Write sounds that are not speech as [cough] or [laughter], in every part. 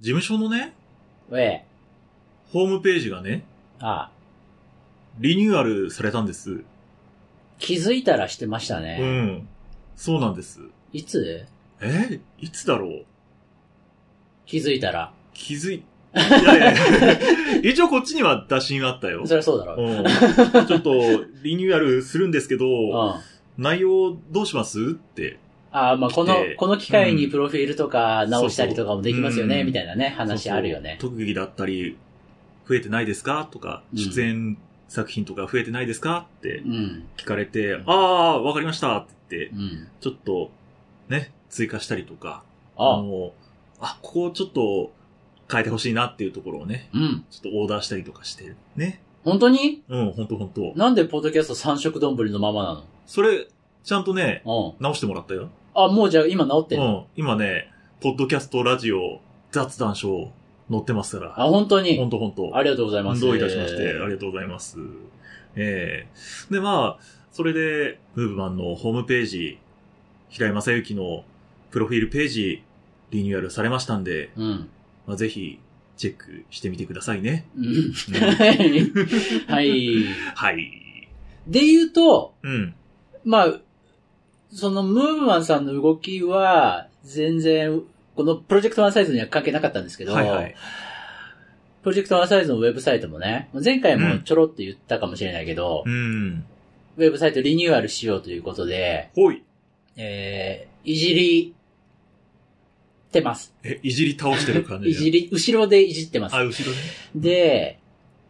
事務所のね、ええ。ホームページがね、ああリニューアルされたんです。気づいたらしてましたうね。ん。そうなんです。いつえいつだろう気づいたら。気づい、いやいやいや一応こっちには打診があったよ。そりゃそうだろ。うんちょっと、リニューアルするんですけうん。ど、あ内容どうしますって。あ、まあ、この来て、この機会うにんプロフィールとか直したりとかもできますそようね、そうみたいなね、話あるよね。そうそう特技だったり、増えてないですかとか、うん出演作品とか増えてないですかってうん。聞かれて、んああ、わかりましたって言ってう、ん。ちょっと、ね、追加したりとか、ああ、の、あ、ここをちょっと変えてほしいなっていうところをね、うん。ちょっとオーダーしたりとかして、ね。本当にうん、ほんとほんと。なんでポッドキャスト三色丼のままそれ、ちゃんとねな、のうん。直してもらったよ。あ、もうじゃあ今直ってうんのん、今ね、ポッドキャストラジオ雑談ショー載ってますから。あ、本当ほにんとほんと。ありがとうございます。どういたしまして、ありがとうございます。ええで、まあ、それで、ムーブマンのホームページ、平井正幸のプロフィールページ、リニューアルされましたんで、うん。まあ、ぜひ、チェックしてみてくださいね。うん。う [laughs] んはい。はい。で言うと、うん。まあ、そのムーブマンさんの動きは、全然、このプロジェクトワンサイズには関係なかったんですけど、はいはい。プロジェクトワンサイズのウェブサイトもね、前回うもんちょろっと言ったかもしれないけど、うん。ウェブサイトリニューアルしようということで、ほい。えー、いじり、てます。え、 [laughs] いじり倒してる感じ。いじり、後ろでいじってますあ、。後ろね。で、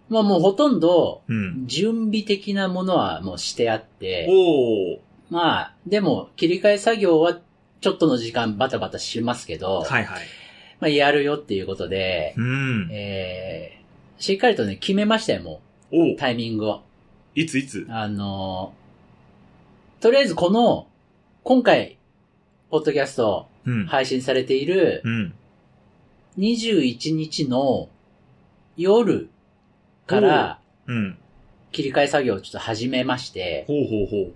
まあもうほとんど、うん。準備的なものはもうしてあって、おー。まあ、でも、切り替え作業は、ちょっとの時間バタバタしますけど、はいはい。まあ、やるよっていうことで、うん。えー、しっかりとね、決めましたよ、もおう、ー。タイミングを。いついつあのーとりあえずこの、今回、ポッドキャストうん。配信されているうん。 21日の夜からうん。切り替え作業をちょっと始めまして、ほうほうほう。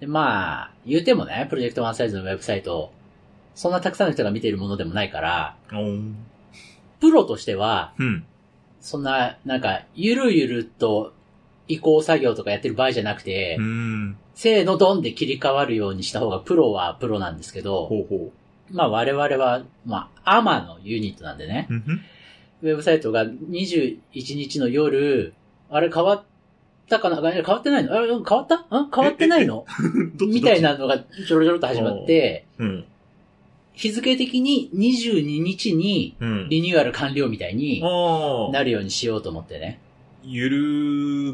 でまあ、言うてもね、プロジェクトワンサイズのウェブサイト、そんなたくさんの人が見ているものでもないから、おー。プロとしては、うん。そんな、なんか、ゆるゆると移行作業とかやってる場合じゃなくて、うん。せーのドンで切り替わるようにした方がプロはプロなんですけど、ほうほまあ我々は、まあ、アマのユニットなんでねう。、うんふん。ウェブサイトが21日の夜、あれ変わったかなあれ変わってないのあれ変わったん変わってないの [laughs] どっちみたい。なのがちょろちょろっと始まって、どっちうん。日付的に22日にうん。リニューアル完了みたいにああ。なるようにしようと思ってね。ゆる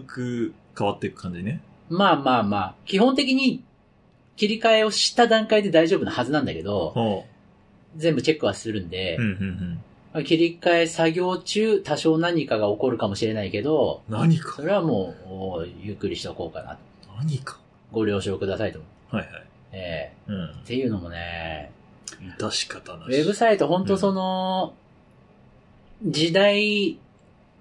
ーく変わっていく感じね。まあまあまあ、基本的に切り替えをした段階で大丈夫なはずなんだけど、ほ全部チェックはするんでう。う、ん、うん、うん。まあ切り替え作業中多少何かが起こるかもしれないけど、何かそ。れはもうおーゆっくりしておこうかな。何か。ご了承くださいと思う。はいはい。えうんー、っ。ていうのもね、出し方なウし。ェブサイト本当その、時代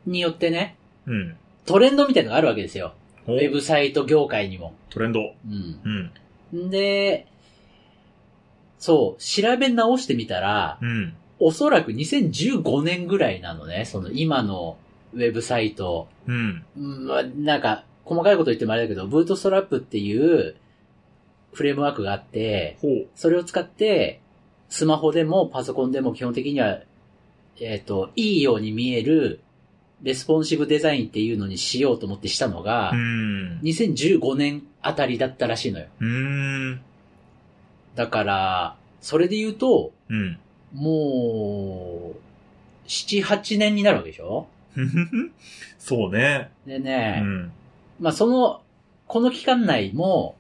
によってね、うん。トレンドみたいなのがあるわけですよ。ウウェブサイト業界にも。トレンド。うんうん。で、そう、調べ直してみたら、うん。おそらく2015年ぐらいなのね、その今のウェブサイト。うん。うんまあなんか、細かいこと言ってもあれだけど、ブートストラップっていうフレームワークがあって、ほう。それを使って、スマホでもパソコンでも基本的には、えっ、と、いいように見える、レスポンシブデザインっていうのにしようと思ってしたのが、うん。 2015年あたりだったらしいのよ。うん。だから、それで言うと、うん。もう、7、8年になるわけでしょふふふそうね。でうね、ん。まあその、この期間内も、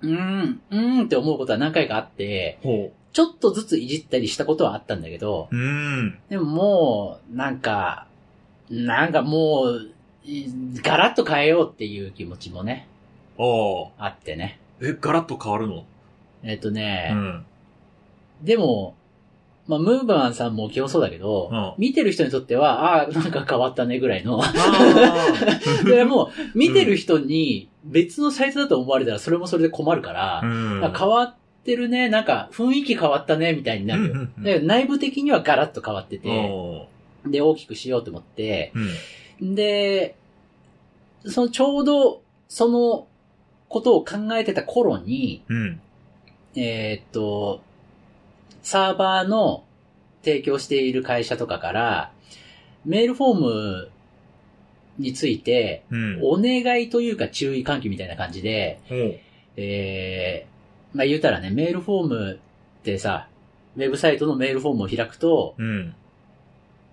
うーん、うーんって思うことは何回かあって、ほちょっとずついじったりしたことはあったんだけど、う。うん。でももう、なんか、なんかもう、いガラッと変えようっていう気持ちもね、ああ。あってね。え、ガラッと変わるのえっ、とうね、ん。でも、まあ、ムーバーンさんも基本そうだけど、うん見てる人にとっては、ああー、なんか変わったねぐらいの。 [laughs] ああ。それはもう、見てる人に別のサイトだと思われたらそれもそれで困るから、うん。だから変わっってるね、なんか雰囲気変わったね、みたいになるよ。うんうんうんで内部的にはガラッと変わってて、おーで、大きくしようと思って、うん。で、そのちょうど、そのことを考えてた頃に、うん。えーっと、サーバーの提供している会社とかから、メールフォームについて、うん。お願いというか注意喚起みたいな感じで、おうえー、まあ言うたらね、メールフォームってさ、ウェブサイトのメールフォームを開くと、うん。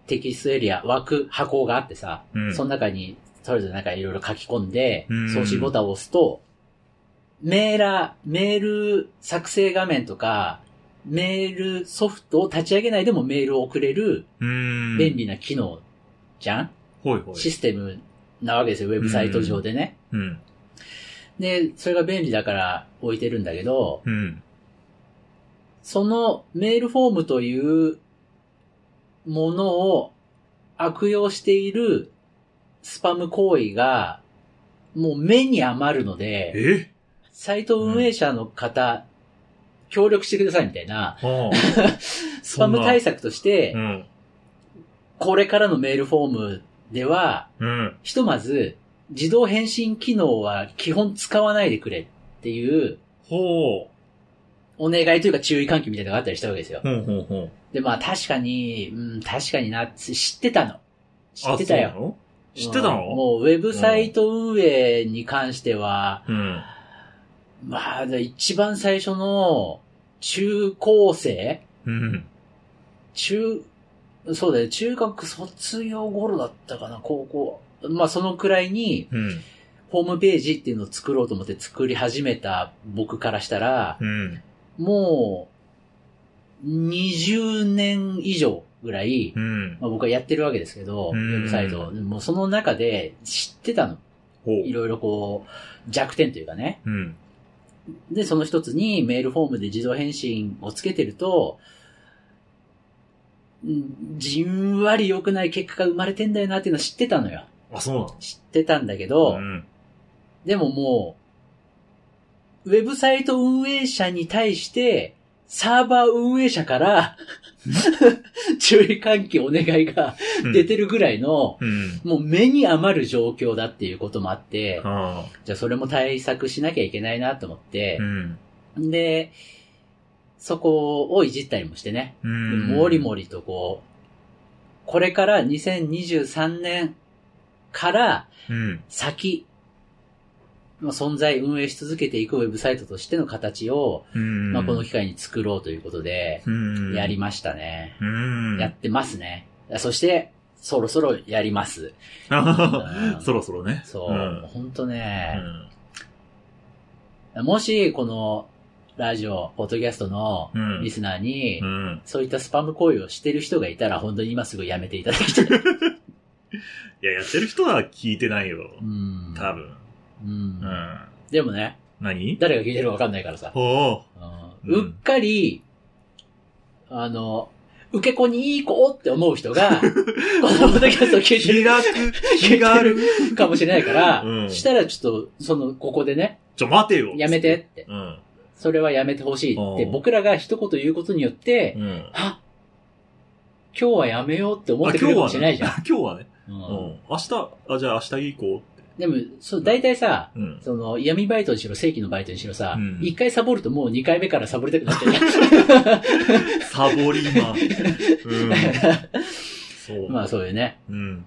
テキストエリア、枠、箱があってさ、うん。その中に、それぞれなんかいろいろ書き込んでうん、送信ボタンを押すと、メーラー、メール作成画面とか、メールソフトを立ち上げないでもメールを送れるうん。便利な機能じゃん、ほいほい。システムなわけですよ、ウェブサイト上でね。うん。で、それが便利だから置いてるんだけど、うん。そのメールフォームというものを悪用しているスパム行為がもう目に余るので、えサイト運営者の方、協力してくださいみたい [laughs] な、はスパム対策としあ。てう、ん。これからのメールフォームでは、うん。ひとまず自動返信機能は基本使わないでくれっていうほお願いというか注意喚起みたいなのがあったりしたわけですよう。。ほうほうほう。で、まあ確かに、うん、確かにな、知ってたの。知ってたあよ。そうなの知ってたのうんもうウェブサイト運営に関しては、うん。まあ一番最初の中高生うん。中、そうだよ、中学卒業頃だったかな、高校。まあそのくらいに、うん。ホームページっていうのを作ろうと思って作り始めた僕からしたら、うん。もう、20年以上ぐらい、うん。まあ、僕はやってるわけですけど、ウうんェブサイトを。でもその中で知ってたの。ほいろいろこう、弱点というかね。う。うん。で、その一つにメールフォームで自動返信をつけてると、んじんわり良くない結果が生まれてんだよなっていうのは知ってたのよ。あ、そうなの知ってたんだけど、ん。でももう、ウェブサイト運営者に対して、サーバー運営者から、 [laughs] 注意喚起お願いが出てるぐらいの、うん。もう目に余る状況だっていうこともあって、はあ。じゃあそれも対策しなきゃいけないなと思ってう、ん。で、そこをいじったりもしてね、うでん。もりもりとこう、これから2023年からうん。先、まあ存在運営し続けていくウェブサイトとしての形を、うん。まあこの機会に作ろうということで、うん。やりましたね。うん。やってますね。そして、そろそろやります。あははそろそろね。そう。ん。ほんとね、うんもし、この、ラジオ、ポッドキャストのうんリスナーに、うん。そういったスパム行為をしてる人がいたら、本当に今すぐやめていただきたい。いや、やってる人は聞いてないよ。うん。多分。うん。うん。でもね、何誰が聞いてるかわかんないからさ。ほううんんうっかり、あの、受け子にいい子って思う [laughs] 人が、このポッドキャストを聞う。いて気るがく、気がある。かもしれないから、うんしたらちょっと、その、ここでね、ちょ、待てよ。やめてっ。て、うん。それはやめてほしいって、うん僕らが一言言うことによって、うん。あ今日はやめようって思ってくれるかもしれないじゃん。今日はね。ううんん。明日、あ、じゃあ明日行こでも、そう、大体さ、う。うん。その、闇バイトにしろ、正規のバイトにしろさうん、一、回サボるともう二回目からサボりたくなっちゃうじサボり [laughs] マン。うん。そう。ゃん。 [laughs] まあそういうね。うん。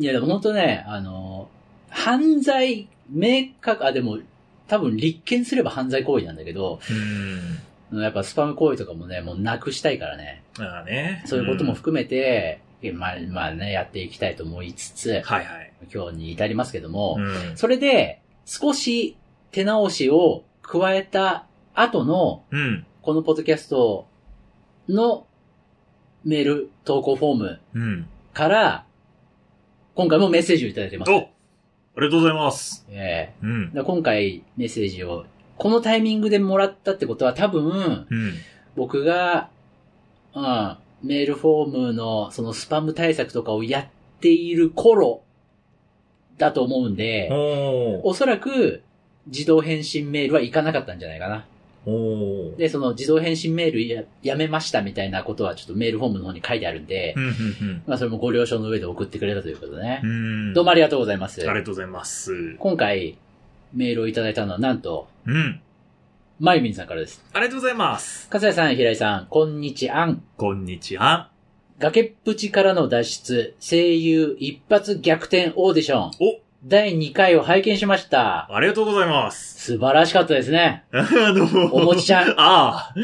いやでも本当ね、あの、犯罪、明確、あ、でも、多分立件すれば犯罪行為なんだけど、うん。やっぱスパム行為とかもね、もうなくしたいからね。まあね。そういうこともん含めて、まあ、まあね、やっていきたいと思いつつ、はいはい。今日に至りますけども、うん。それで、少し手直しを加えた後の、うん。このポッドキャストのメール投稿フォームうん。から、今回もメッセージをいただいてます。おありがとうございます。ええうん。だから今回メッセージを、このタイミングでもらったってことは多分、うん。僕が、うん、メールフォームのそのスパム対策とかをやっている頃だと思うんで、おー。おそらく、自動返信メールはいかなかったんじゃないかな。おー。で、その自動返信メールややめましたみたいなことはちょっとメールフォームの方に書いてあるんでう、ん、うん、まあそれもご了承の上で送ってくれたということでねう。ん。うん。どうももありがとうございますあり。がとうございます。今回メールをいただいたのはなんと、うん。まゆみんさんからです。ありがとうございます。かさやさん、ひらいさん、こんにちはん。こんにちは。崖っぷちからの脱出、声優一発逆転オーディション、お、第2回を拝見しました。ありがとうございます。 [laughs] 素晴らしかったですね。あどうも。おもちちゃん [laughs] ああ。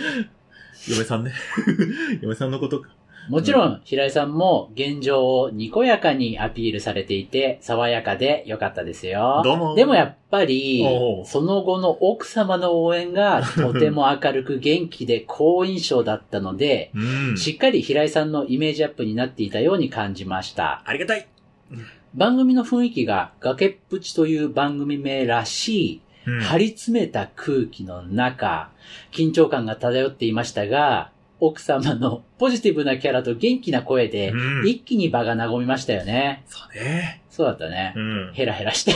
嫁さんね。 [laughs] 嫁さんのことか。もちろん、平井さんも現状をにこやかにアピールされていて、爽やかで良かったですよ。どうも。でもやっぱりおう、その後の奥様の応援 [laughs] がとても明るく元気で好印象だったので、うん。しっかり平井さんのイメージアップになっていたように感じました。ありがたい。番組の雰囲気が崖っぷちという番組名らしい、うん張り詰めた空気の中、緊張感が漂っていましたが、奥様のポジティブなキャラと元気な声でう、ん。一気に場が和みましたよね。そうね。そうだったねう。ん。ヘラヘラして。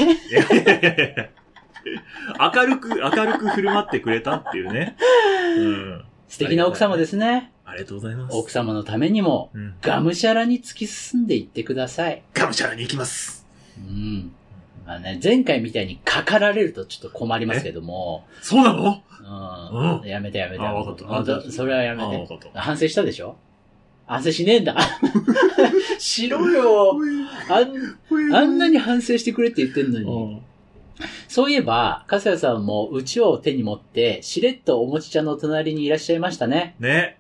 [laughs] [laughs] 明るく、明るく振る舞ってくれたっていうね。うん。素敵な奥様ですね。ありがとうございます。奥様のためにも、うん。がむしゃらに突き進んでいってください。がむしゃらに行きます。うん。まあね、前回みたいにかかられるとちょっと困りますけども、そうなのうん。うんやめてやめて。あわかった本当それはやめあてわ。かった。反省したでしょ反省しねえ [laughs] んだ。しろよあん。あんなに反省してくれって言ってんのに。うんそういえば、かさやさんもうちを手に持って、しれっとおもちちゃんの隣にいらっしゃいましたね。ね。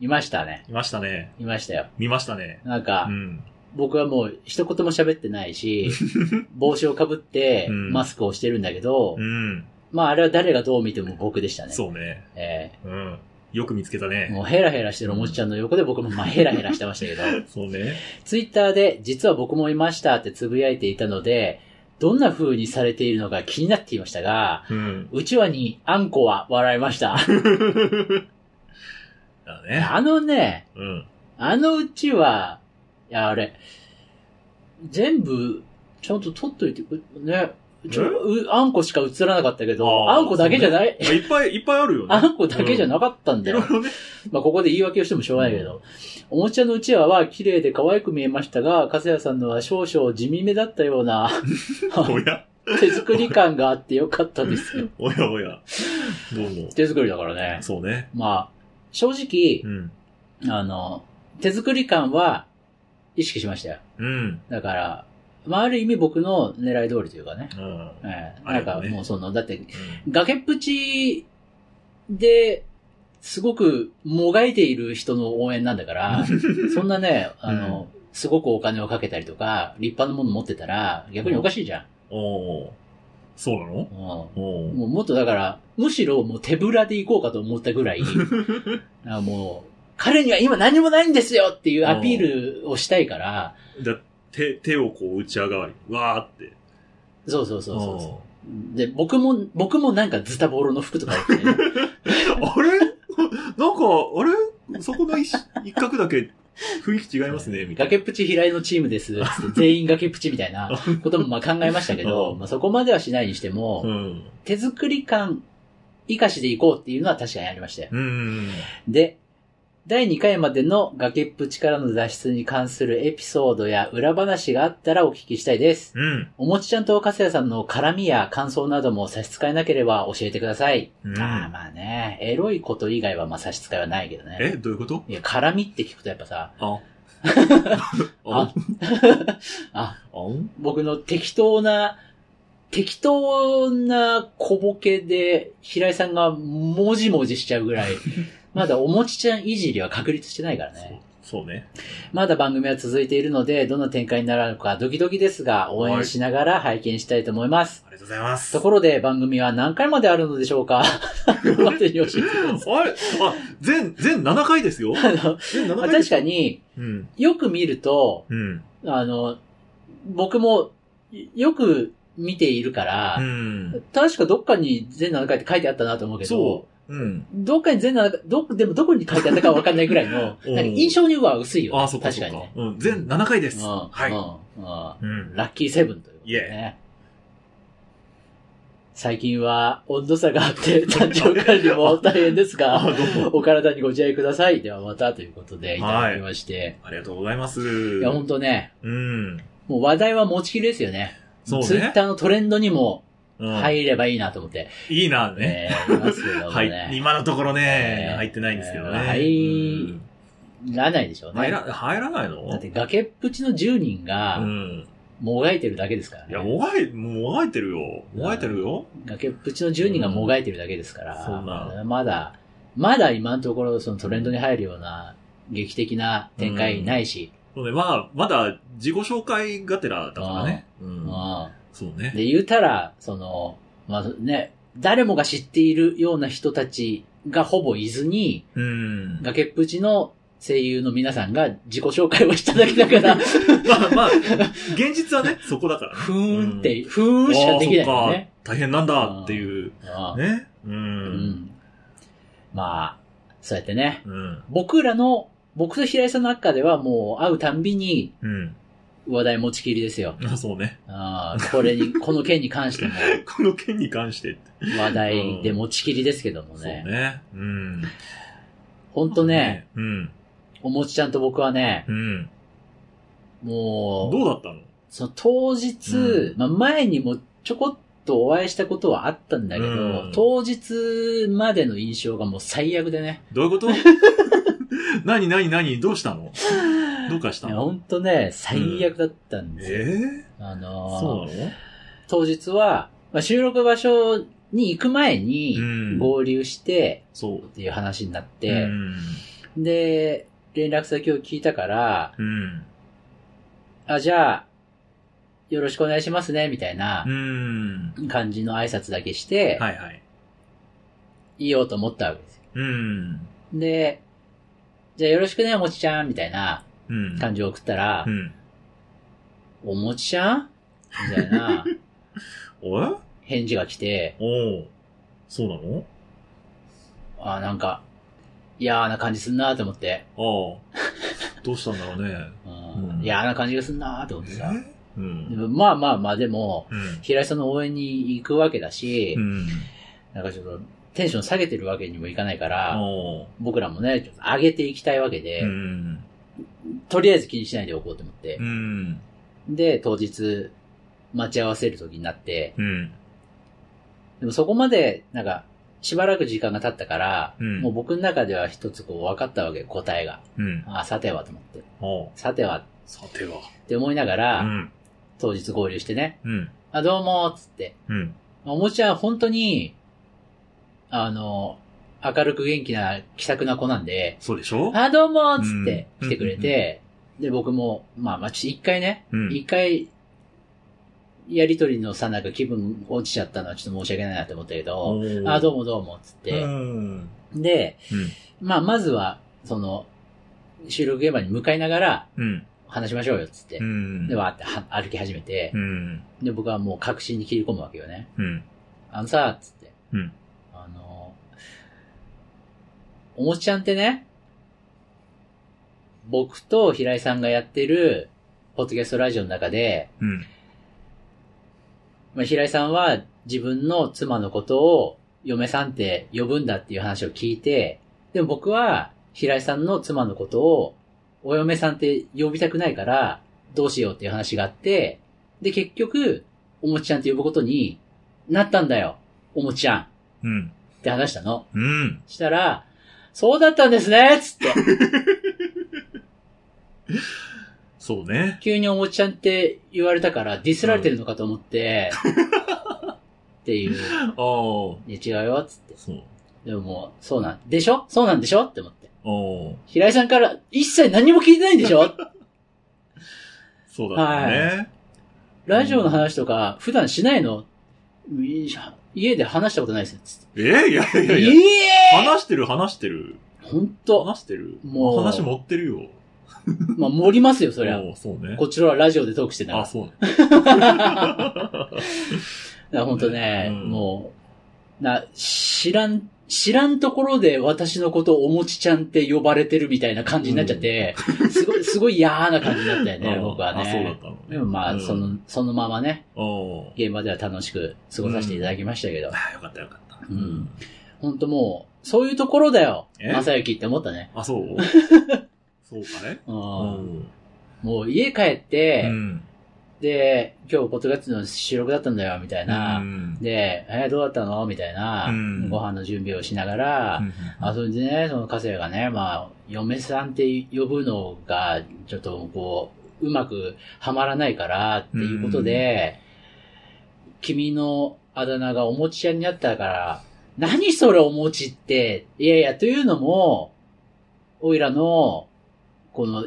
いましたね。いましたね。いましたよ。見ましたね。なんうか、ん。僕はもう一言も喋ってな [laughs] いし、帽子をかぶって、うんマスクをしてるんだけど、うん。まああれは誰がどう見ても僕でしたね。そうね。えうん。よく見つけたーね。もうヘラヘラしてるおもちちゃんの横で僕もまあヘラヘラしてましたけど、そうね。ツイッターで実は僕もいましたってつぶやいていたので、どんな風にされているのか気になっていましたが、うん。うちわにあんこは笑いました。だね。あのね、うん。あのうちわ、いや、あれ、全部、ちゃんと取っといて、うね、ちょ、うあんこしか映らなかったけど、あーあんこだけじゃない、いっぱいいっぱいあるよね。あんこだけじゃなかったんいだよろい。ろね。まあ、ここで言い訳をしてもしょうがないけど、おもちゃのうちわは綺麗で可愛く見えましたが、かすやさんのは少々地味めだったよう [laughs] な、おや手作り感があってよかったですよ。おやおや。ど [laughs] うも。 [laughs] 手作りだからね。そうね。まあ、正直う、ん。あの、手作り感は意識しましたよ。うん。だから、まあ、ある意味僕の狙い通りというかね。うん。うんええあなれんだかねもうその、だって、崖っぷちで、すごくもがいている人の応援なんだ [laughs] から、そんなね、あの、すごくお金をかけたりとか、立派なもの持ってたら、逆におかしいじゃん。おーそうなのうんおーもうもっとだから、むしろもう手ぶらで行こうかと思ったぐ [laughs] らい、あもう、彼には今何もないんですよっていうアピールをしたいから、だ手、手をこう打ち上がわり。わーって。そうそうそうそうそう。で、僕も、僕もなんかズタボロの服とか着てね、おーあれ [laughs] なんか、あれそこの一一角だけ雰囲気違いますね、みたい崖っぷち平井のチームです。つって全員崖っぷちみたいなこともまあ考えましたけど、うんまあそこまではしないにしてな。も、うん。手作り感生かしでいこうっていうのは確かにありましたよ。うん。で、第2回までの崖っぷちからの脱出に関するエピソードや裏話があったらお聞きしたいです。うん。おもちちゃんとかすやさんの絡みや感想なども差し支えなければ教えてください。うんああまあね、エロいこと以外はまあ差し支えはないけどね。え、どういうこといや、絡みって聞くとやっぱさ、 [laughs] あ。ああ、あ、あん僕の適当な、適当な小ボケで、平井さんがもじもじしちゃうぐ [laughs] らい、まだおもちちゃんいじりは確立してないからね。そうね。まだ番組は続いているので、どんな展開になるのかドキドキですが、応援しながら拝見したいと思います。ありがとうございます。ところで番組は何回まであるのでしょうか [laughs] 待ってよし。あれあ、全、全7回ですよ。あの全7ま回あで確すよか。に、うん。よく見ると、うん。あの、僕もよく見ているから、うん。確かどっかに全7回って書いてあったなと思うけど、そう。うん。どっかに全7回、ど、でもどこに書いてあったかわかんないぐらいの [laughs] 、おうなんか印象には薄いよ、ね。あ、そっか確そかっにかね。。うん。全7回でうす。ん、はうい。ん、うんうん。ラッキーセブンということでね。最近は温度差があって、誕生管理も大変で [laughs] すが、あ、どうも。お体にご自愛ください。ではまたということで、いただきまして。ありがとうございます。い、や、ほんとね、うん。もう話題は持ちきりですよね。そうね。ツイッターのトレンドにもうん入ればいいなと思って。いいな、ね。えーいますけども [laughs] はい、ね。今のところね、ね入ってないんですけどね。はいうんいらないでしょうね。入ら、入らないのだって崖っぷちの10人がう、ん。もがいてるだけですからいや、ね。もがい、もがいてるよ。もがいてるよ。崖っぷちの10人がもがいてるだけですから、うんそんなまだ、まだ今のところそのトレンドに入るような劇的な展開ないし、そうね、まあ、まだ自己紹介がてらだからね。うん。うんそうね。で、言うたら、その、まあね、誰もが知っているような人たちがほぼいずに、うん。ま崖っぷちの声優の皆さんが自己紹介をしただけだから、あ [laughs] まあ、現実はね、そこだからね。ふーんって、ふーんしかできないよね。ああそっか大変なんだっていう。うんね。う。うんんまあ、そうやってね、うん。僕らの、僕と平井さんの中ではもう会うたんびにうん。話題持ちきりですよ。あそう [laughs] ね。あーこ [laughs] れに、この件に関してもこの件に関して。話題で持ちきりですけどもそうね。ね。うん。ほんとね、。うん。おもちちゃんと僕はね、うん。もう、どうだったのその当日、うんまあ、前にもちょこっとお会いしたことはあったんだけど、うん当日までの印象がもう最悪でね。 [laughs] どういうこと [laughs] 何何何どうしたのどうかしたいやのほんとね、最悪だったんですよ。えあえのーそうなの当日は、まあ、収録場所に行く前にうん合流してそう。っていう話になっうて、ん。で、連絡先を聞いたから、うん。あ、じゃあ、よろしくお願いしますね、みたいなうん。感じの挨拶だけして、はいはい。い、いようと思ったわけですよ。うん。で、じゃあよろしくね、おもちちゃん、みたいなうん。感じを送ったらう、ん。おもちちゃんみたいなおえ、返事が来ておうそうなのあ、なんか、嫌な感じすんなと思って、ああ。 [laughs] どうしたんだろうね。うんうん嫌な感じがすんなと思ってさ。えうん。まあまあまあ、でも、うん。平井さんの応援に行くわけだし、うん。なんかちょっとテンション下げてるわけにもいかないかあら、あ。僕らもね、ちょっと上げていきたいわけで、うん。とりあえず気にしないでおこうと思ってう、ん。で、当日、待ち合わせる時になって、うん。でもそこまで、なんか、しばらく時間が経ったから、うんもう僕の中では一つこう分かったわけ、答えが。うん。ああ、さてはと思って。あ。さてはっさては。て思いながら、うん。当日合流してね、うん。あ、どうもーっつって、うん。おもちゃは本当に、あの、明るく元気な気さくな子なんで、そうでしょあ、どうもーっつってうん来てくれて、で、僕も、まあまあ、ち一回ね、うん。一回、やりとりのさ、なんか気分落ちちゃったのはちょっと申し訳ないなと思ったけど、あ、どうも。もどうもっつっうて、ん。で、うんまあ、まずは、その、収録現場に向かいながらうん。話しましょうよっつってう、ん。で、わーっては歩き始めてう、ん。で、僕はもう確信に切り込むわけよね。うん。あのさ、つって。うんあの、おもちゃんってね、僕と平井さんがやってる、ポッドキャストラジオの中で、うん。まあ、平井さんは自分の妻のことを嫁さんって呼ぶんだっていう話を聞いて、でも僕は平井さんの妻のことをお嫁さんって呼びたくないから、どうしようっていう話があって、で、結局、おもちちゃんって呼ぶことになったんだよ。おもちちゃんっうん。て話したの。うん。したら、そうだったんですねつって。そうね。急におもちちゃんって言われたから、ディスられてるのかと思って、っていう。ああ。そいや、違うよ、つって。う。でももう、そうなん、でしょそうなんでしょって思って。ああ。平井さんから一切何も聞いてないんで [laughs] しょそうだったね。ラジオの話とか普段しないのいや家で話したことないですよ。つっえーいやいてやいや。ええ話してる話してる。ほんと。話してるもう話持ってるよ。まあ、盛りますよ、そりゃ。もうそうね。こっちらはラジオでトークしてたかあ、ら。そうね。だからほんとね、うんもう、な、知らん知らんところで私のことをおもちちゃんって呼ばれてるみたいな感じになっちゃって、すごい、すご [laughs] い嫌な感じになったよね、あ僕は [laughs] あ、そうだっね。たのね。でもまうあ、んそ、の、そのままね、おー現場では楽しく過ごさせていただきましたけど、ああ、よかったよかった。うんほんともう、そういうところだよ、えまさゆきって思ったね。あ、そう [laughs] そうかね。うんうん。もう家帰っうて、ん。で、今日ポッドキャストの収録だったんだよ、みたいな。うんで、えーどうだったのみたいな、うんご飯の準備をしながら、あ、それでね、その家政がね、まあ、嫁さんって呼ぶのが、ちょっとこう、うまくはまらないから、っていうことで、君のあだ名がお餅屋になったから、何それお餅って、いやいや、というのも、おいらの、この、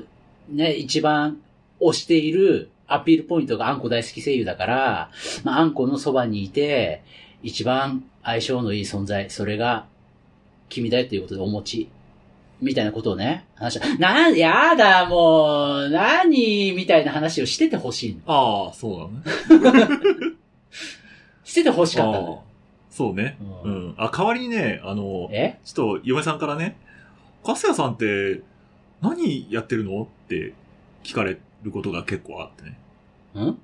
ね、一番推しているアピールポイントがあんこ大好き声優だから、まあ、あんこのそばにいて、一番相性のいい存在、それが君だよということでお餅。みたいなことをね、話した。な、やだ、もう、なに、みたいな話をしててほしいの。ああ、そうだね。 [laughs] しててほしかったあのあそうね。よ。ううんん。あ、代わりにね、あの、えちょっと嫁さんからね、カスヤさんって何やってるのって聞かれることが結構あってね。んうん。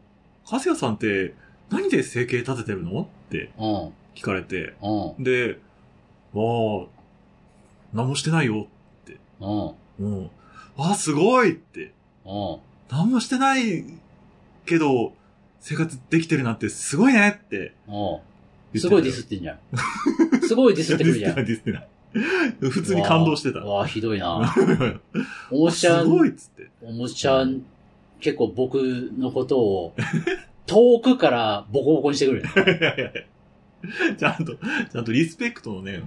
カスヤさんって何で生計立ててるのってうん。聞かれて、うん。で、ああ、何もしてないよ。うん。うん。あ、すごいって。うん。何もしてないけど、生活できてるなんてすごいねってうん。すごいディスってんじゃん。すごいディスってくるじゃん。ディスってない。ディスってない。普通に感動してたう。わあ、ひどいな。 [laughs] すおもちゃん、ごいっつって。 [laughs] おもちゃん、結構僕のことを、遠くからボコボコにしてくるよ。いやいやいやちゃんと、ちゃんとリスペクトのね、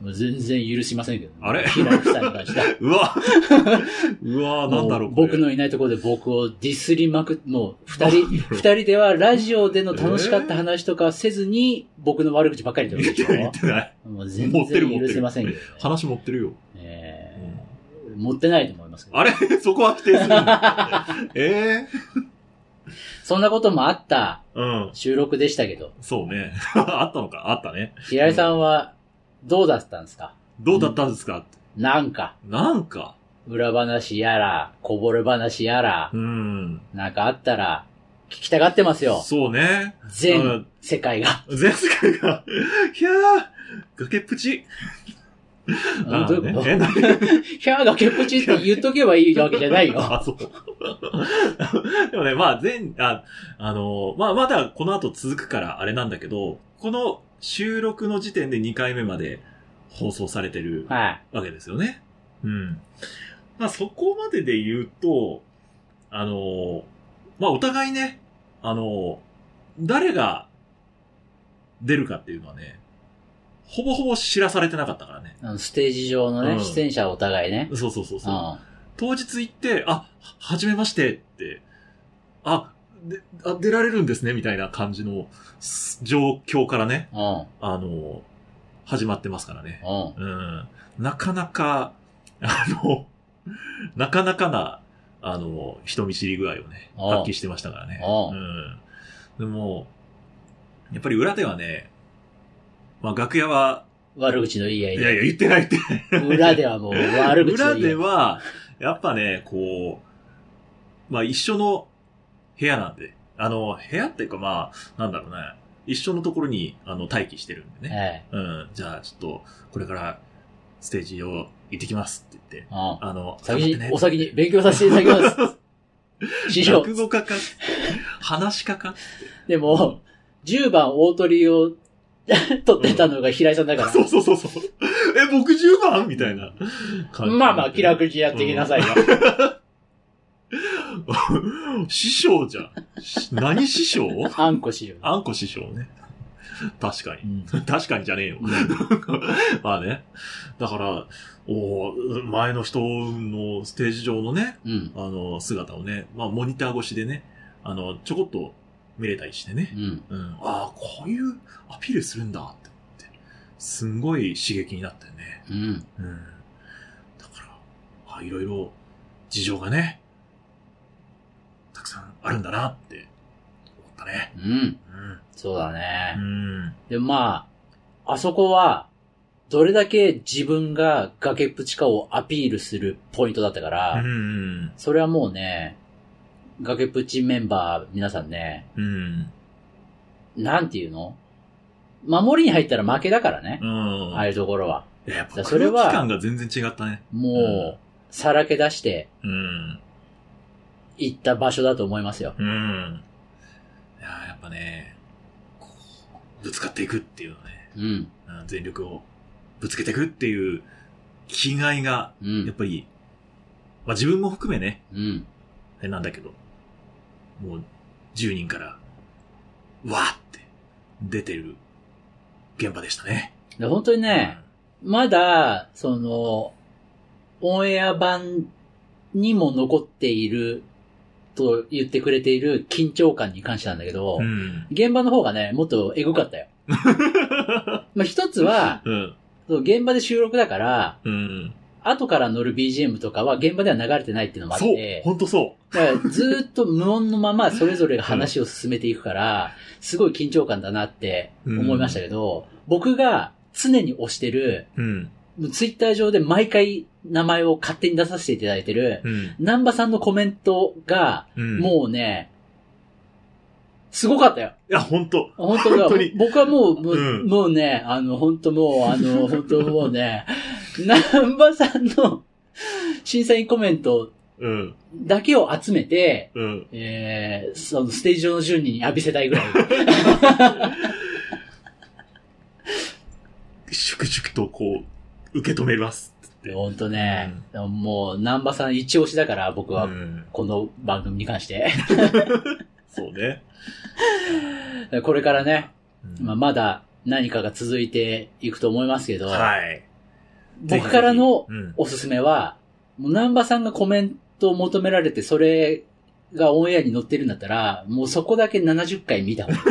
もう全然許しませんけど、あれ平井さんに関 [laughs] しては。うわうわなんだろう、もこれ僕のいないところで僕をディスりまく、もう二人、なんだろう二人ではラジオでの楽しかった話とかせずに、僕の悪口ばっかり言って言るってなでしい、言っょてない。もう全持ってる然持って許るせませんけど、ね。 [laughs] 話持ってるよ。うえんー持ってないと思いますけど。あれ [laughs] そこは否定 [laughs] するのええそんなこともあったうん。収録でしたけど、そうね。 [laughs] あったのかあったね。平井さんはどうだったんですかどうだったんですか、なんか、なんか。裏話やら、こぼれ話やらう、ん。なんかあったら、聞きたがってますよ。そうね。全世界が。全世界が、 [laughs] いやー、崖っぷち。うんどういうことえ、 [laughs] なんでヒャーがケプチって言っとけばいいわけじゃないよ。 [laughs] あ、そう。でもね、まあ、全、あ、あのー、まあ、まだこの後続くからあれなんだけど、この収録の時点で2回目まで放送されてるはい。わけですよね。うん。まあ、そこまでで言うと、あのー、まあ、お互いね、あのー、誰が出るかっていうのはね、ほぼほぼ知らされてなかったからね。あのステージ上のね、うん出演者お互いね。そうそうそううそう。ん。当日行って、あ、ははじめましてって、あ、であ出られるんですね、みたいな感じのす状況からね、うん。あの、始まってますからね。うん。うん。なかなか、 [laughs] あの、なかなかな、あの、人見知り具合をね、ああ発揮してましたからね。ああうん。でも、やっぱり裏ではね、まあ楽屋は、悪口の言い合いいで。やいや、言ってないって裏ではもう悪口の裏言い合でい。は、やっぱね、こう、まあ一緒の部屋なんで、あの、部屋っていうかまあ、なんだろうね、一緒のところに、あの、待機してるんでね。ええ。うん、じゃあちょっと、これから、ステージを行ってきますって言って、うん。あの、頑先張ってに、ねお先に勉強させていただき [laughs] ます。師匠。落語家か、 [laughs] 話し家か。でも、10番大鳥を取ってたのが平井さんだから。そうそうそうそう。え、僕10番みたいな感じ。 [laughs] まあまあ、気楽にやってきなさいよ。 [laughs] 師匠じゃん。し何師匠あんこしよう。あんこ師匠ね。確かうに。ん。確かにじゃねえよ。まあね。だから、おー前の人のステージ上のね、うん。あの、姿をね、まあ、モニター越しでね、あの、ちょこっと見れたりしてねう。ん。うん。ああ、こういうアピールするんだって思って。すんごい刺激になったよね。うん。うん。だから、あいろいろ事情がね、たくさんあるんだなって思ったね。うん。うん。そうだね。うん。で、まあ、あそこは、どれだけ自分が崖っぷちかをアピールするポイントだったから、うん。それはもうね、崖っぷちメンバー皆さんね、うん。なんていうの守りに入ったら負けだからね。うん。ああいうところは。いや。やっぱそれ空気は感が全然違ったね。うもう、さらけ出してうん。行った場所だと思いますよ。うん。いやー、やっぱね、こうぶつかっていくっていうのね、うん。うん全力をぶつけていくっていう気概が、うやっん。ぱり、まあ自分も含めね、うん。あれなんだけど、もう10人から、わーって出てる現場でしたね。で本当にね、まだ、その、オンエア版にも残っていると言ってくれている緊張感に関してなんだけど、うん。現場の方がね、もっとエグかった [laughs] よ。まあ、一つは、うん。その現場で収録だから、うん。後から乗る BGM とかは現場では流れてないっていうのもあっそうて、ほんとそだからずっと無音のままそれぞれが話を進めていくから、すごい緊張感だなって思いましたけど、僕が常に推してる、う。うん。ツイッター上で毎回名前を勝手に出させていただいてる、うん。南波さんのコメントが、うん。もうね、すごかったよ。いや、ほんと。本当だ本当に僕はもう、もう,、うんもうね、あの、本当もう、あの、本当もうね、 [laughs] 南波さんの審査員コメントうん。だけを集めて、うん。えー、そのステージ上の10人に浴びせたいぐらい。粛々とこう、受け止めます。 [laughs] 本当ね、もう南波さん一押しだから、僕は、うん。この番組に関して。 [laughs] そうね。これからね、うんまあ、まだ何かが続いていくと思いますけど、はい。僕からのうん。おすすめは、もう南波さんがコメントを求められて、それがオンエアに載ってるんだったら、もうそこだけ70回見た方がい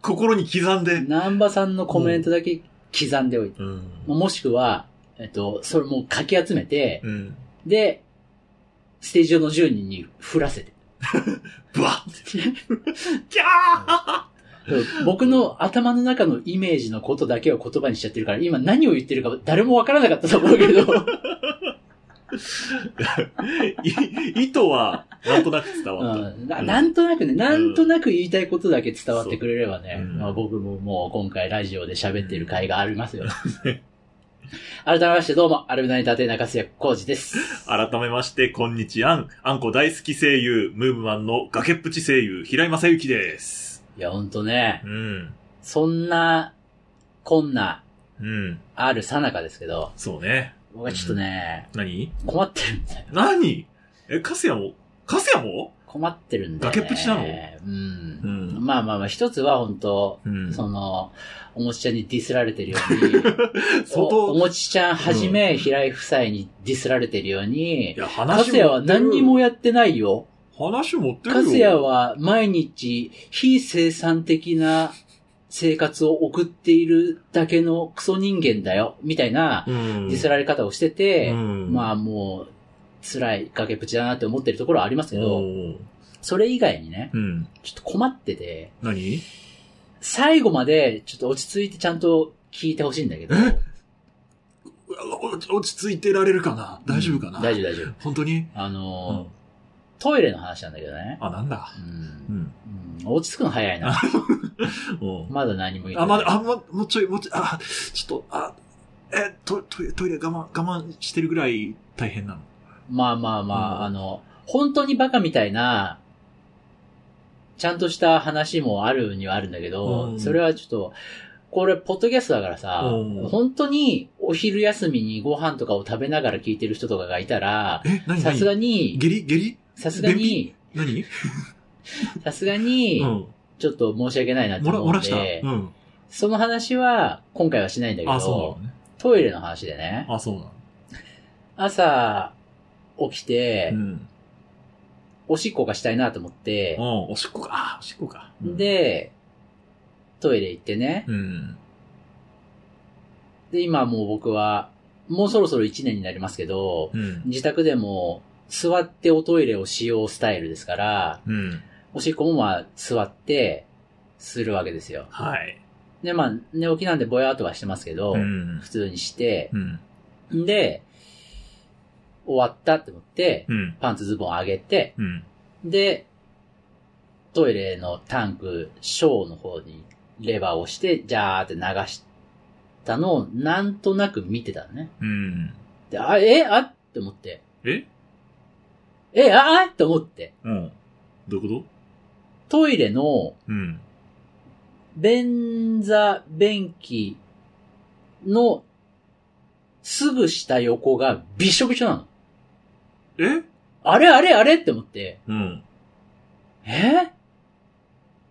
心に刻んい。で。南波さんのコメントだけ刻んでおいて。うんもしくは、えっと、それもかき集めて、うん。で、ステージ上の10人に振らせて。ぶわっキャ僕の頭の中のイメージのことだけを言葉にしちゃってるから、今何を言ってるか誰もわからなかったと思うけど。ーい意図は、なんとなく伝わった。うんななんとなくね、なんとなく言いたいことだけ伝わってくれればね、そううんまあ、僕ももう今回ラジオで喋ってる回がありますよ。 [laughs] 改めましてどうも、アルミナイターテイナー活躍コージです。改めまして、こんにちは。あん、あんこ大好き声優、ムーブマンの崖っぷち声優、平井正幸です。いや、ほんとねう、ん。そんな、こんな、うん。あるさなかですけど、そうね。僕はちょっとね、何困ってるんだよ。何え、カスヤもカスヤも困ってるんだよ、ね。崖っぷちなのうん。ん。まあまあまあ、一つは本当、うん。その、おもちちゃんにディスられてるように、相おお当、もちちゃんはじめ、平井夫妻にディスられてるようにい、や、か話すやは何にもやってないよ。話持ってるよ。かすやは毎日非生産的な生活を送っているだけのクソ人間だよ、みたいなうん、ディスられ方をしてて、うん、まあもう、辛い崖っぷちだなって思ってるところはありますけおど、ーそれ以外にね、うん。ちょっと困ってて、何最後までちょっと落ち着いてちゃんと聞いてほしいんだけど、うわ落ち落ち着いてられるかな大丈夫かな、うん大丈夫大丈夫。本当にあうのーん。トイレの話なんだけどね。あ、なんだ。うんうん。うん落ち着くの早 [laughs] いな。うんまだ何も言ってあ、まない。だ、あ、ま、もうちょい、もうちょい、あ、ちょっと、あ、え、トトイレ、トイレ我慢、我慢してるぐらい大変なの。まあまあまあ、うんあの、本当にバカみたいな、ちゃんとした話もあるにはあるんだけど、うんそれはちょっと、これ、ポッドキャストだからさ、うん本当にお昼休みにご飯とかを食べながら聞いてる人とかがいたら、え、何さすが何に、下痢下痢さすがに、何さすがにう、ん。ちょっと申し訳ないなってもら、思漏うらんした。で、うん。その話は今回はしないんだけあ、そうなどの、ね。トイレの話でね、あ、そうなの。朝起きて、うん。おしっこがしたいなと思ってう、ん、おしっこか。あ、おしっこか。うん、で、トイレ行ってね。うん。で、今もう僕は、もうそろそろ1年になりますけど、うん。自宅でも座っておトイレを使用スタイルですから、うん。おしっこもまあ座ってするわけですよ。はい。で、まあ、寝起きなんでぼやーとかしてますけど、うん。普通にして、うん。で、終わったって思って、うん。パンツズボン上げて、うん。で、トイレのタンク、ショーの方にレバーを押して、ジャーって流したのをなんとなく見てたのね。うん。で、あ、え、あって思って。ええ、あ、あって思って。うん。どういうこトイレのとうん。便座、便器のすぐ下横がびしょびしょなの。えあれあれあれって思って。うん。え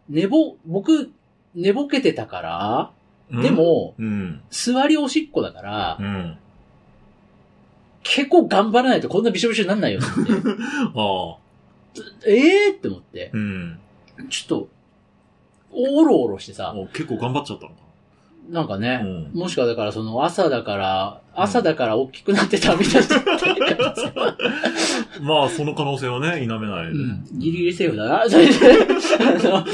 寝ぼ、僕、寝ぼけてたから、うんで、も、うん。座りおしっこだからう、ん。結構頑張らないとこんなびしょびしょになんないよって思あっあ。て。 [laughs] えーって思って。うん。ちょっと、おろおろしてさ、お結構頑張っちゃったのか。なんかうね、 [laughs] ん。もしかだからその朝だから、うん朝だから大きくなってたみたいな。まあ、その可能性はね、否めないようねん。ギリギリセーフだな。そ [laughs] れであの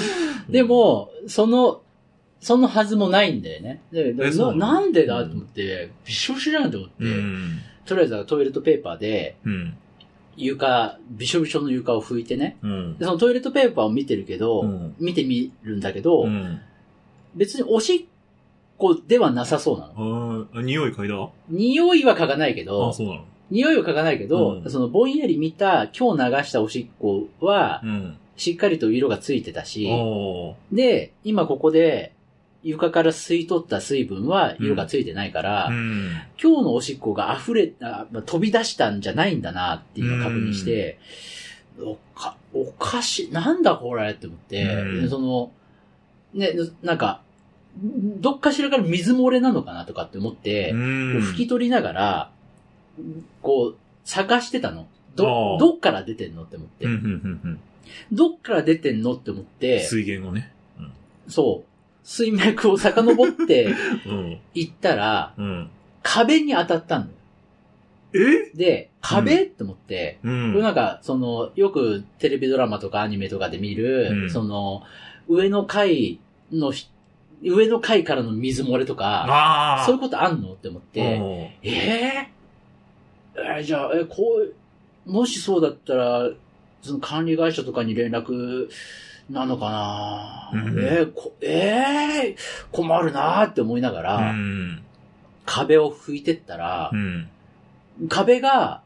で、も、その、そのはずもないんだよね。ででえそうななのなんでだと思って、びしょびしょじゃんと思って、うん。とりあえずトイレットペーパーでうん。床、びしょびしょの床を拭いてね。うんで。そのトイレットペーパーを見てるけど、うん。見てみるんだけど、うん。別におしっこではなさそうなの。あー匂い嗅いだ匂いは嗅がないけあど、そうなの匂いは嗅がないけど、うんそのぼんやり見た、今日流したおしっこはう、ん。しっかりと色がついてたし、あで、今ここで、床から吸い取った水分は色がついてないから、あ。うん。今日のおしっこが溢れた、まあ飛び出したんじゃないんだなっていうのを確認して、おか、おかしい、なんだこれって思って、うんその、ね、なんか、どっかしらから水漏れなのかなとかって思って、うんこう拭き取りながら、こう、探してたの。あど、あどっから出てんのって思って。うんうんうんどっから出てんのって思っうん。て、水源をね。そう、水脈を遡ってうん。行ったら、うん。壁に当たったんだよ。えで、壁、って思って、うこれん。なんか、その、よくテレビドラマとかアニメとかで見る、うんその、上の階のひ、上の階からの水漏れとか、ああ。そういうことあんのって思って、て。えーえーじゃあ、えこう、もしそうだったら、その管理会社とかに連絡なのかな、うんえーこえー困るなーって思いながら、うん。壁を拭いてったらう、ん。壁が、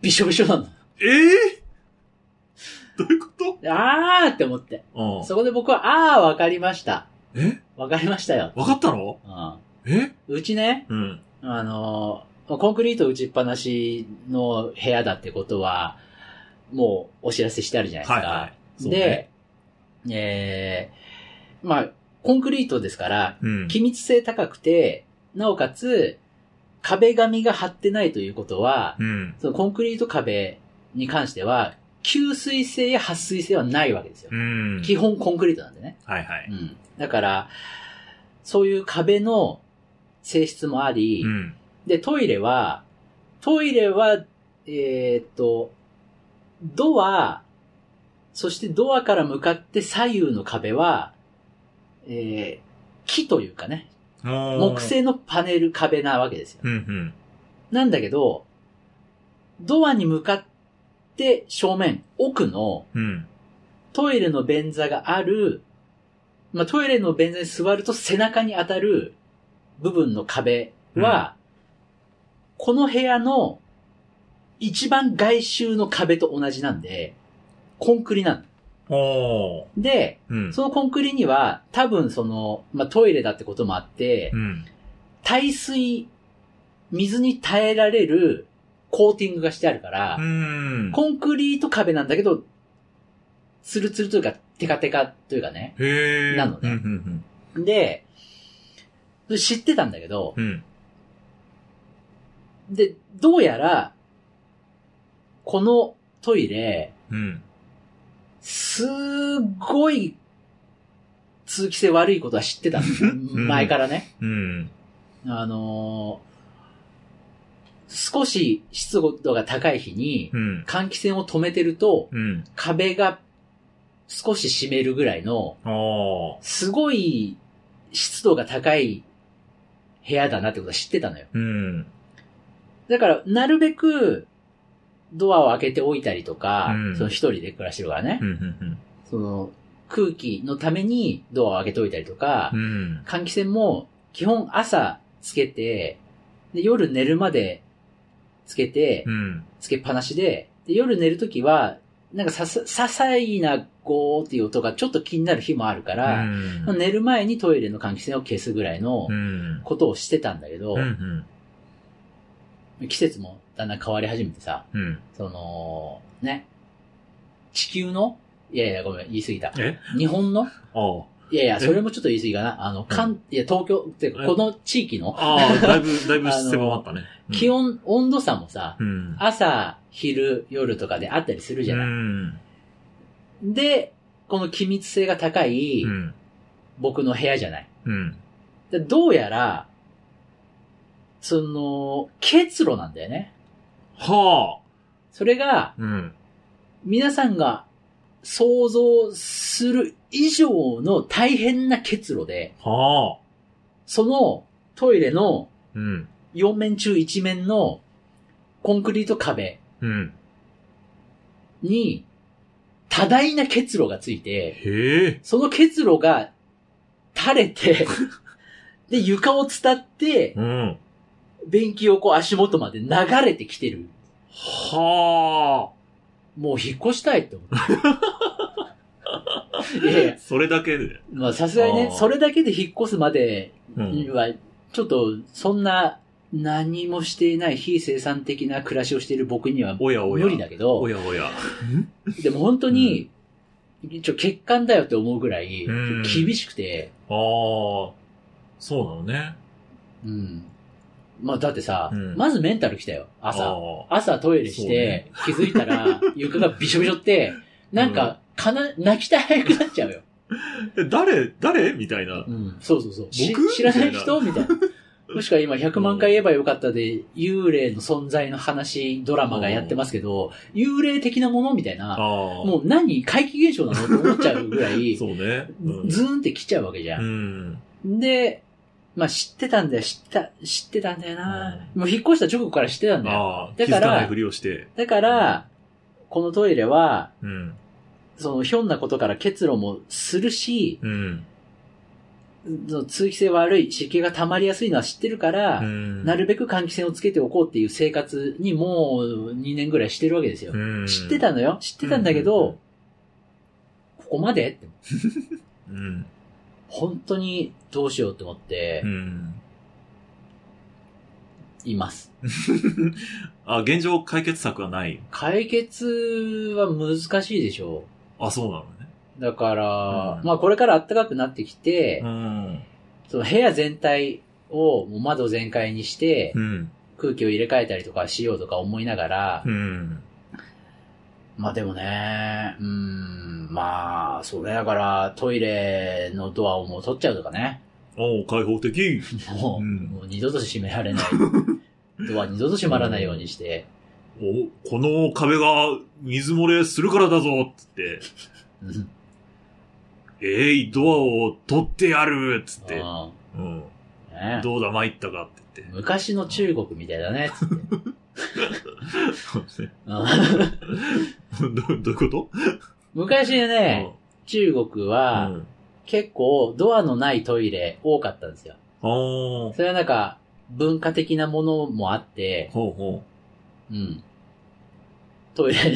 びしょびしょなの。ええ [laughs] どういうことあーって思って。あそこで僕は、ああ、わかりました。えわかりましたよ。わかったのうんえうちね、うん。あのー、コンクリート打ちっぱなしの部屋だってことは、もうお知らせしてあるじゃないですか。はいはいそうねで、えー、まあ、コンクリートですから、うん。気密性高くて、なおかつ、壁紙が張ってないということは、うん。そのコンクリート壁に関しては、吸水性や撥水性はないわけですよう。ん。基本コンクリートなんでね。はいはい。うん。だから、そういう壁の性質もあり、うん。で、トイレは、トイレは、えーっと、ドア、そしてドアから向かって左右の壁は、えー木というかね、木木。製のパネル壁なわけですよ。うんなんだけど、ドアに向かって正面、奥のうん。うん。トイレの便座がある、まあ、トイレの便座に座ると背中に当たる部分の壁は、この部屋の一番外周の壁と同じなんで、コンクリなの。おー。で、うん。そのコンクリには多分その、まあ、トイレだってこともあってう、ん。耐水、水に耐えられるコーティングがしてあるから、うん。コンクリート壁なんだけど、ツルツルというか、テカテカというかね、へえ。なのねうんうんで、知ってたんだけど、うん。うん。で、どうやら、このトイレ、うん。すごい通気性悪いことは知ってたの。ん前からね。うん。あのー少し湿度が高い日に、うん。換気扇を止めてると、うん。壁が少し湿るぐらいの、あー。すごい湿度が高い部屋だなってことは知ってたのよ。うん。だから、なるべく、ドアを開けておいたりとか、うんその一人で暮らしてるからね、うん。うん。その空気のためにドアを開けておいたりとか、うん。換気扇も基本朝つけて、で夜寝るまでつけて、うん。つけっぱなしで、で夜寝るときは、なんかささ、些細なゴーっていう音がちょっと気になる日もあるかうら、ん。寝る前にトイレの換気扇を消すぐらいのうん。ことをしてたんだけど、うん。季節もだんだん変わり始めてさ、うん。その、ね、地球のいやいや、ごめん、言い過ぎた。え日本のああ。いやいや、それもちょっと言い過ぎかな。あの、関、いや、東京って、この地域のああ、だいぶ、だいぶ狭まったね。気温、温度差もさ、うん。朝、昼、夜とかであったりするじゃうない。ん。で、この気密性が高いうん。僕の部屋じゃない。うん。でどうやら、その、結露なんだよね。はそれがあ。、うん。皆さんが想像する以上の大変な結露で、はあ。そのトイレのうん。 4面中1面のコンクリート壁うん。に多大な結露がついて、へえ。その結露が垂れ [laughs] て、で、床を伝って、うん。便器をこう足元まで流れてきてる。はもう引っ越したいっ [laughs] て思って。いやいやあ。、 [laughs] それだけで。まあさすがにあね、ーそれだけで引っ越すまでうん。は、ちょっと、そんな、何もしていない非生産的な暮らしをしている僕にはおやおや。無理だけどお、やおや。でも本当に、一応欠陥だよって思うぐらい、うん厳しくて、ああ。そうなのね。うん。まあだってさ、うんまずメンタル来たよ、朝。あ朝トイレして、気づいた [laughs] ら床がびしょびしょって、なんか、かな、泣きたくなっちゃうよ。あ。え誰誰みたいな。うん。そうそうそう。し僕知らないみたい人みたいな。もしくは今100万回言えばよかったで、幽霊の存在の話、ドラマがやってますけど、幽霊的なものみたいああ。な、ももう何怪奇現象なのと思っちゃうぐら [laughs] い、そうね。うんズーンって来ちゃうわけじゃ。うんん。で、まあ知ってたんだよ、知った、知ってたんだよな。もう引っ越した直後から知ってたんだよ。ああ。気だづからかないふりをして。だから、このトイレは、うん。そのひょんなことから結露もするし、うん。その通気性悪い、湿気が溜まりやすいのは知ってるから、うんなるべく換気扇をつけておこうっていう生活にもう2年ぐらいしてるわけですよ。うん知ってたのよ知ってたんだけど、ここまでってうん。本当にどうしようって思ってう、ん。います。あ、現状解決策はない。解決は難しいでしょあ、そうなのね。う。だから、うんまあこれから暖かくなってきて、うん。その部屋全体をもう窓全開にして、うん。空気を入れ替えたりとかしようとか思いながら、うん。まあでもね、うーん、まあ、それだからトイレのドアをもう取っちゃうとかね、おう開放的。もうう、んもう二度と閉められ [laughs] ない。ドア二度と閉まらないようにして、お、この壁が水漏れするからだぞつって、うんえい、ドアを取ってやるつって、うんうん。ねどうだ、参ったかって言昔の中国みたいだね、つって。って。うん [laughs] どどういうこと昔ね、中国うん。はうん結構ドアのないトイレ多かったんですよ。あー。それはなんか文化的なものもあって、ほうほうん。トイレ、 [laughs] う。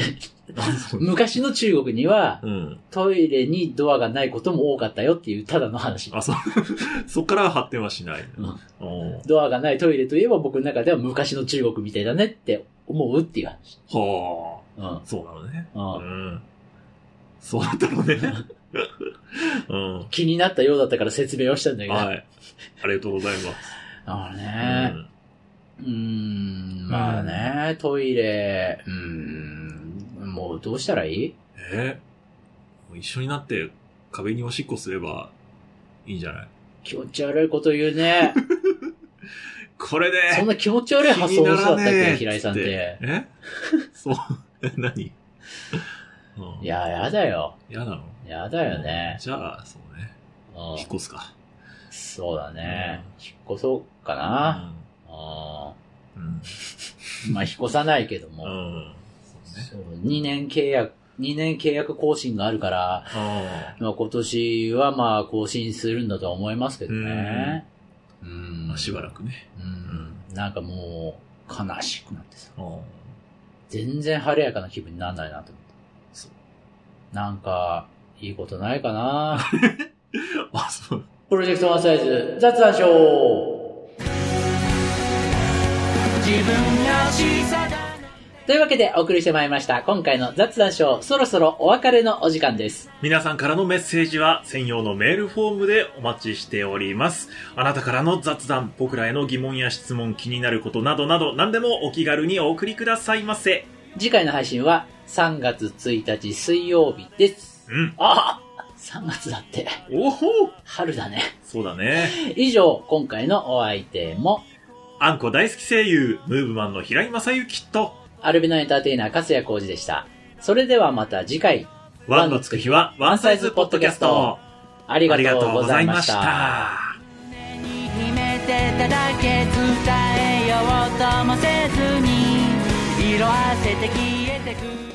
あそう昔の中国にはうん。トイレにドアがないことも多かったよっていうただの話。あ、そう。 [laughs] そっからは発展はしない。うんおドアがないトイレといえば僕の中では昔の中国みたいだねって思うっていう話。はうん。うんあ。そうなのね。う [laughs] うんん。そうだったのね。うん。気になったようだったから説明をしたんだけど。はい。ありがとうございます。あのうね、ん。うーん、まあね、トイレ、うーん、もうどうしたらいいえーもう一緒になって壁におしっこすればいいんじゃない気持ち悪いこと言う [laughs] ね。これでそんな気持ち悪い発想の人だったっけ平井さんって。え [laughs] そう。え何、うん、い、や、やだよ。嫌なのやだよね。じゃあ、そうね。うん引っ越すか。そうだね。う引っ越そうかな。あうん。ーまあ、引っ越さないけども。うん。そうね。そう2年契約、2年契約更新があるから、あまあ、今年はまあ更新するんだとは思いますけどね。うん。あ。しばらくね。うん。なんかもう、悲しくなってさ。ああ。全然晴れやかな気分にならないなと思って。そうなんか、いいことないかな [laughs] あ、そう。プロジェクトワンサイズ、雑談ショー自分らしさだというわけでお送りしてまいりました。今回の雑談ショー、そろそろお別れのお時間です。皆さんからのメッセージは専用のメールフォームでお待ちしております。あなたからの雑談、僕らへの疑問や質問、気になることなどなど何でもお気軽にお送りくださいませ。次回の配信は3月1日水曜日です。うん。ああ !3 月だって、おほ春だね。そうだね。以上、今回のお相手も、あんこ大好き声優、ムーブマンの平井正幸と、アルビノエンターテイナー、勝谷浩二でした。それではまた次回、ワンのつく日はワンサイズポッドキャスト。ありがとうございました。ありがとうございました。秘めてただけ伝えようともせずに色あせて消えてく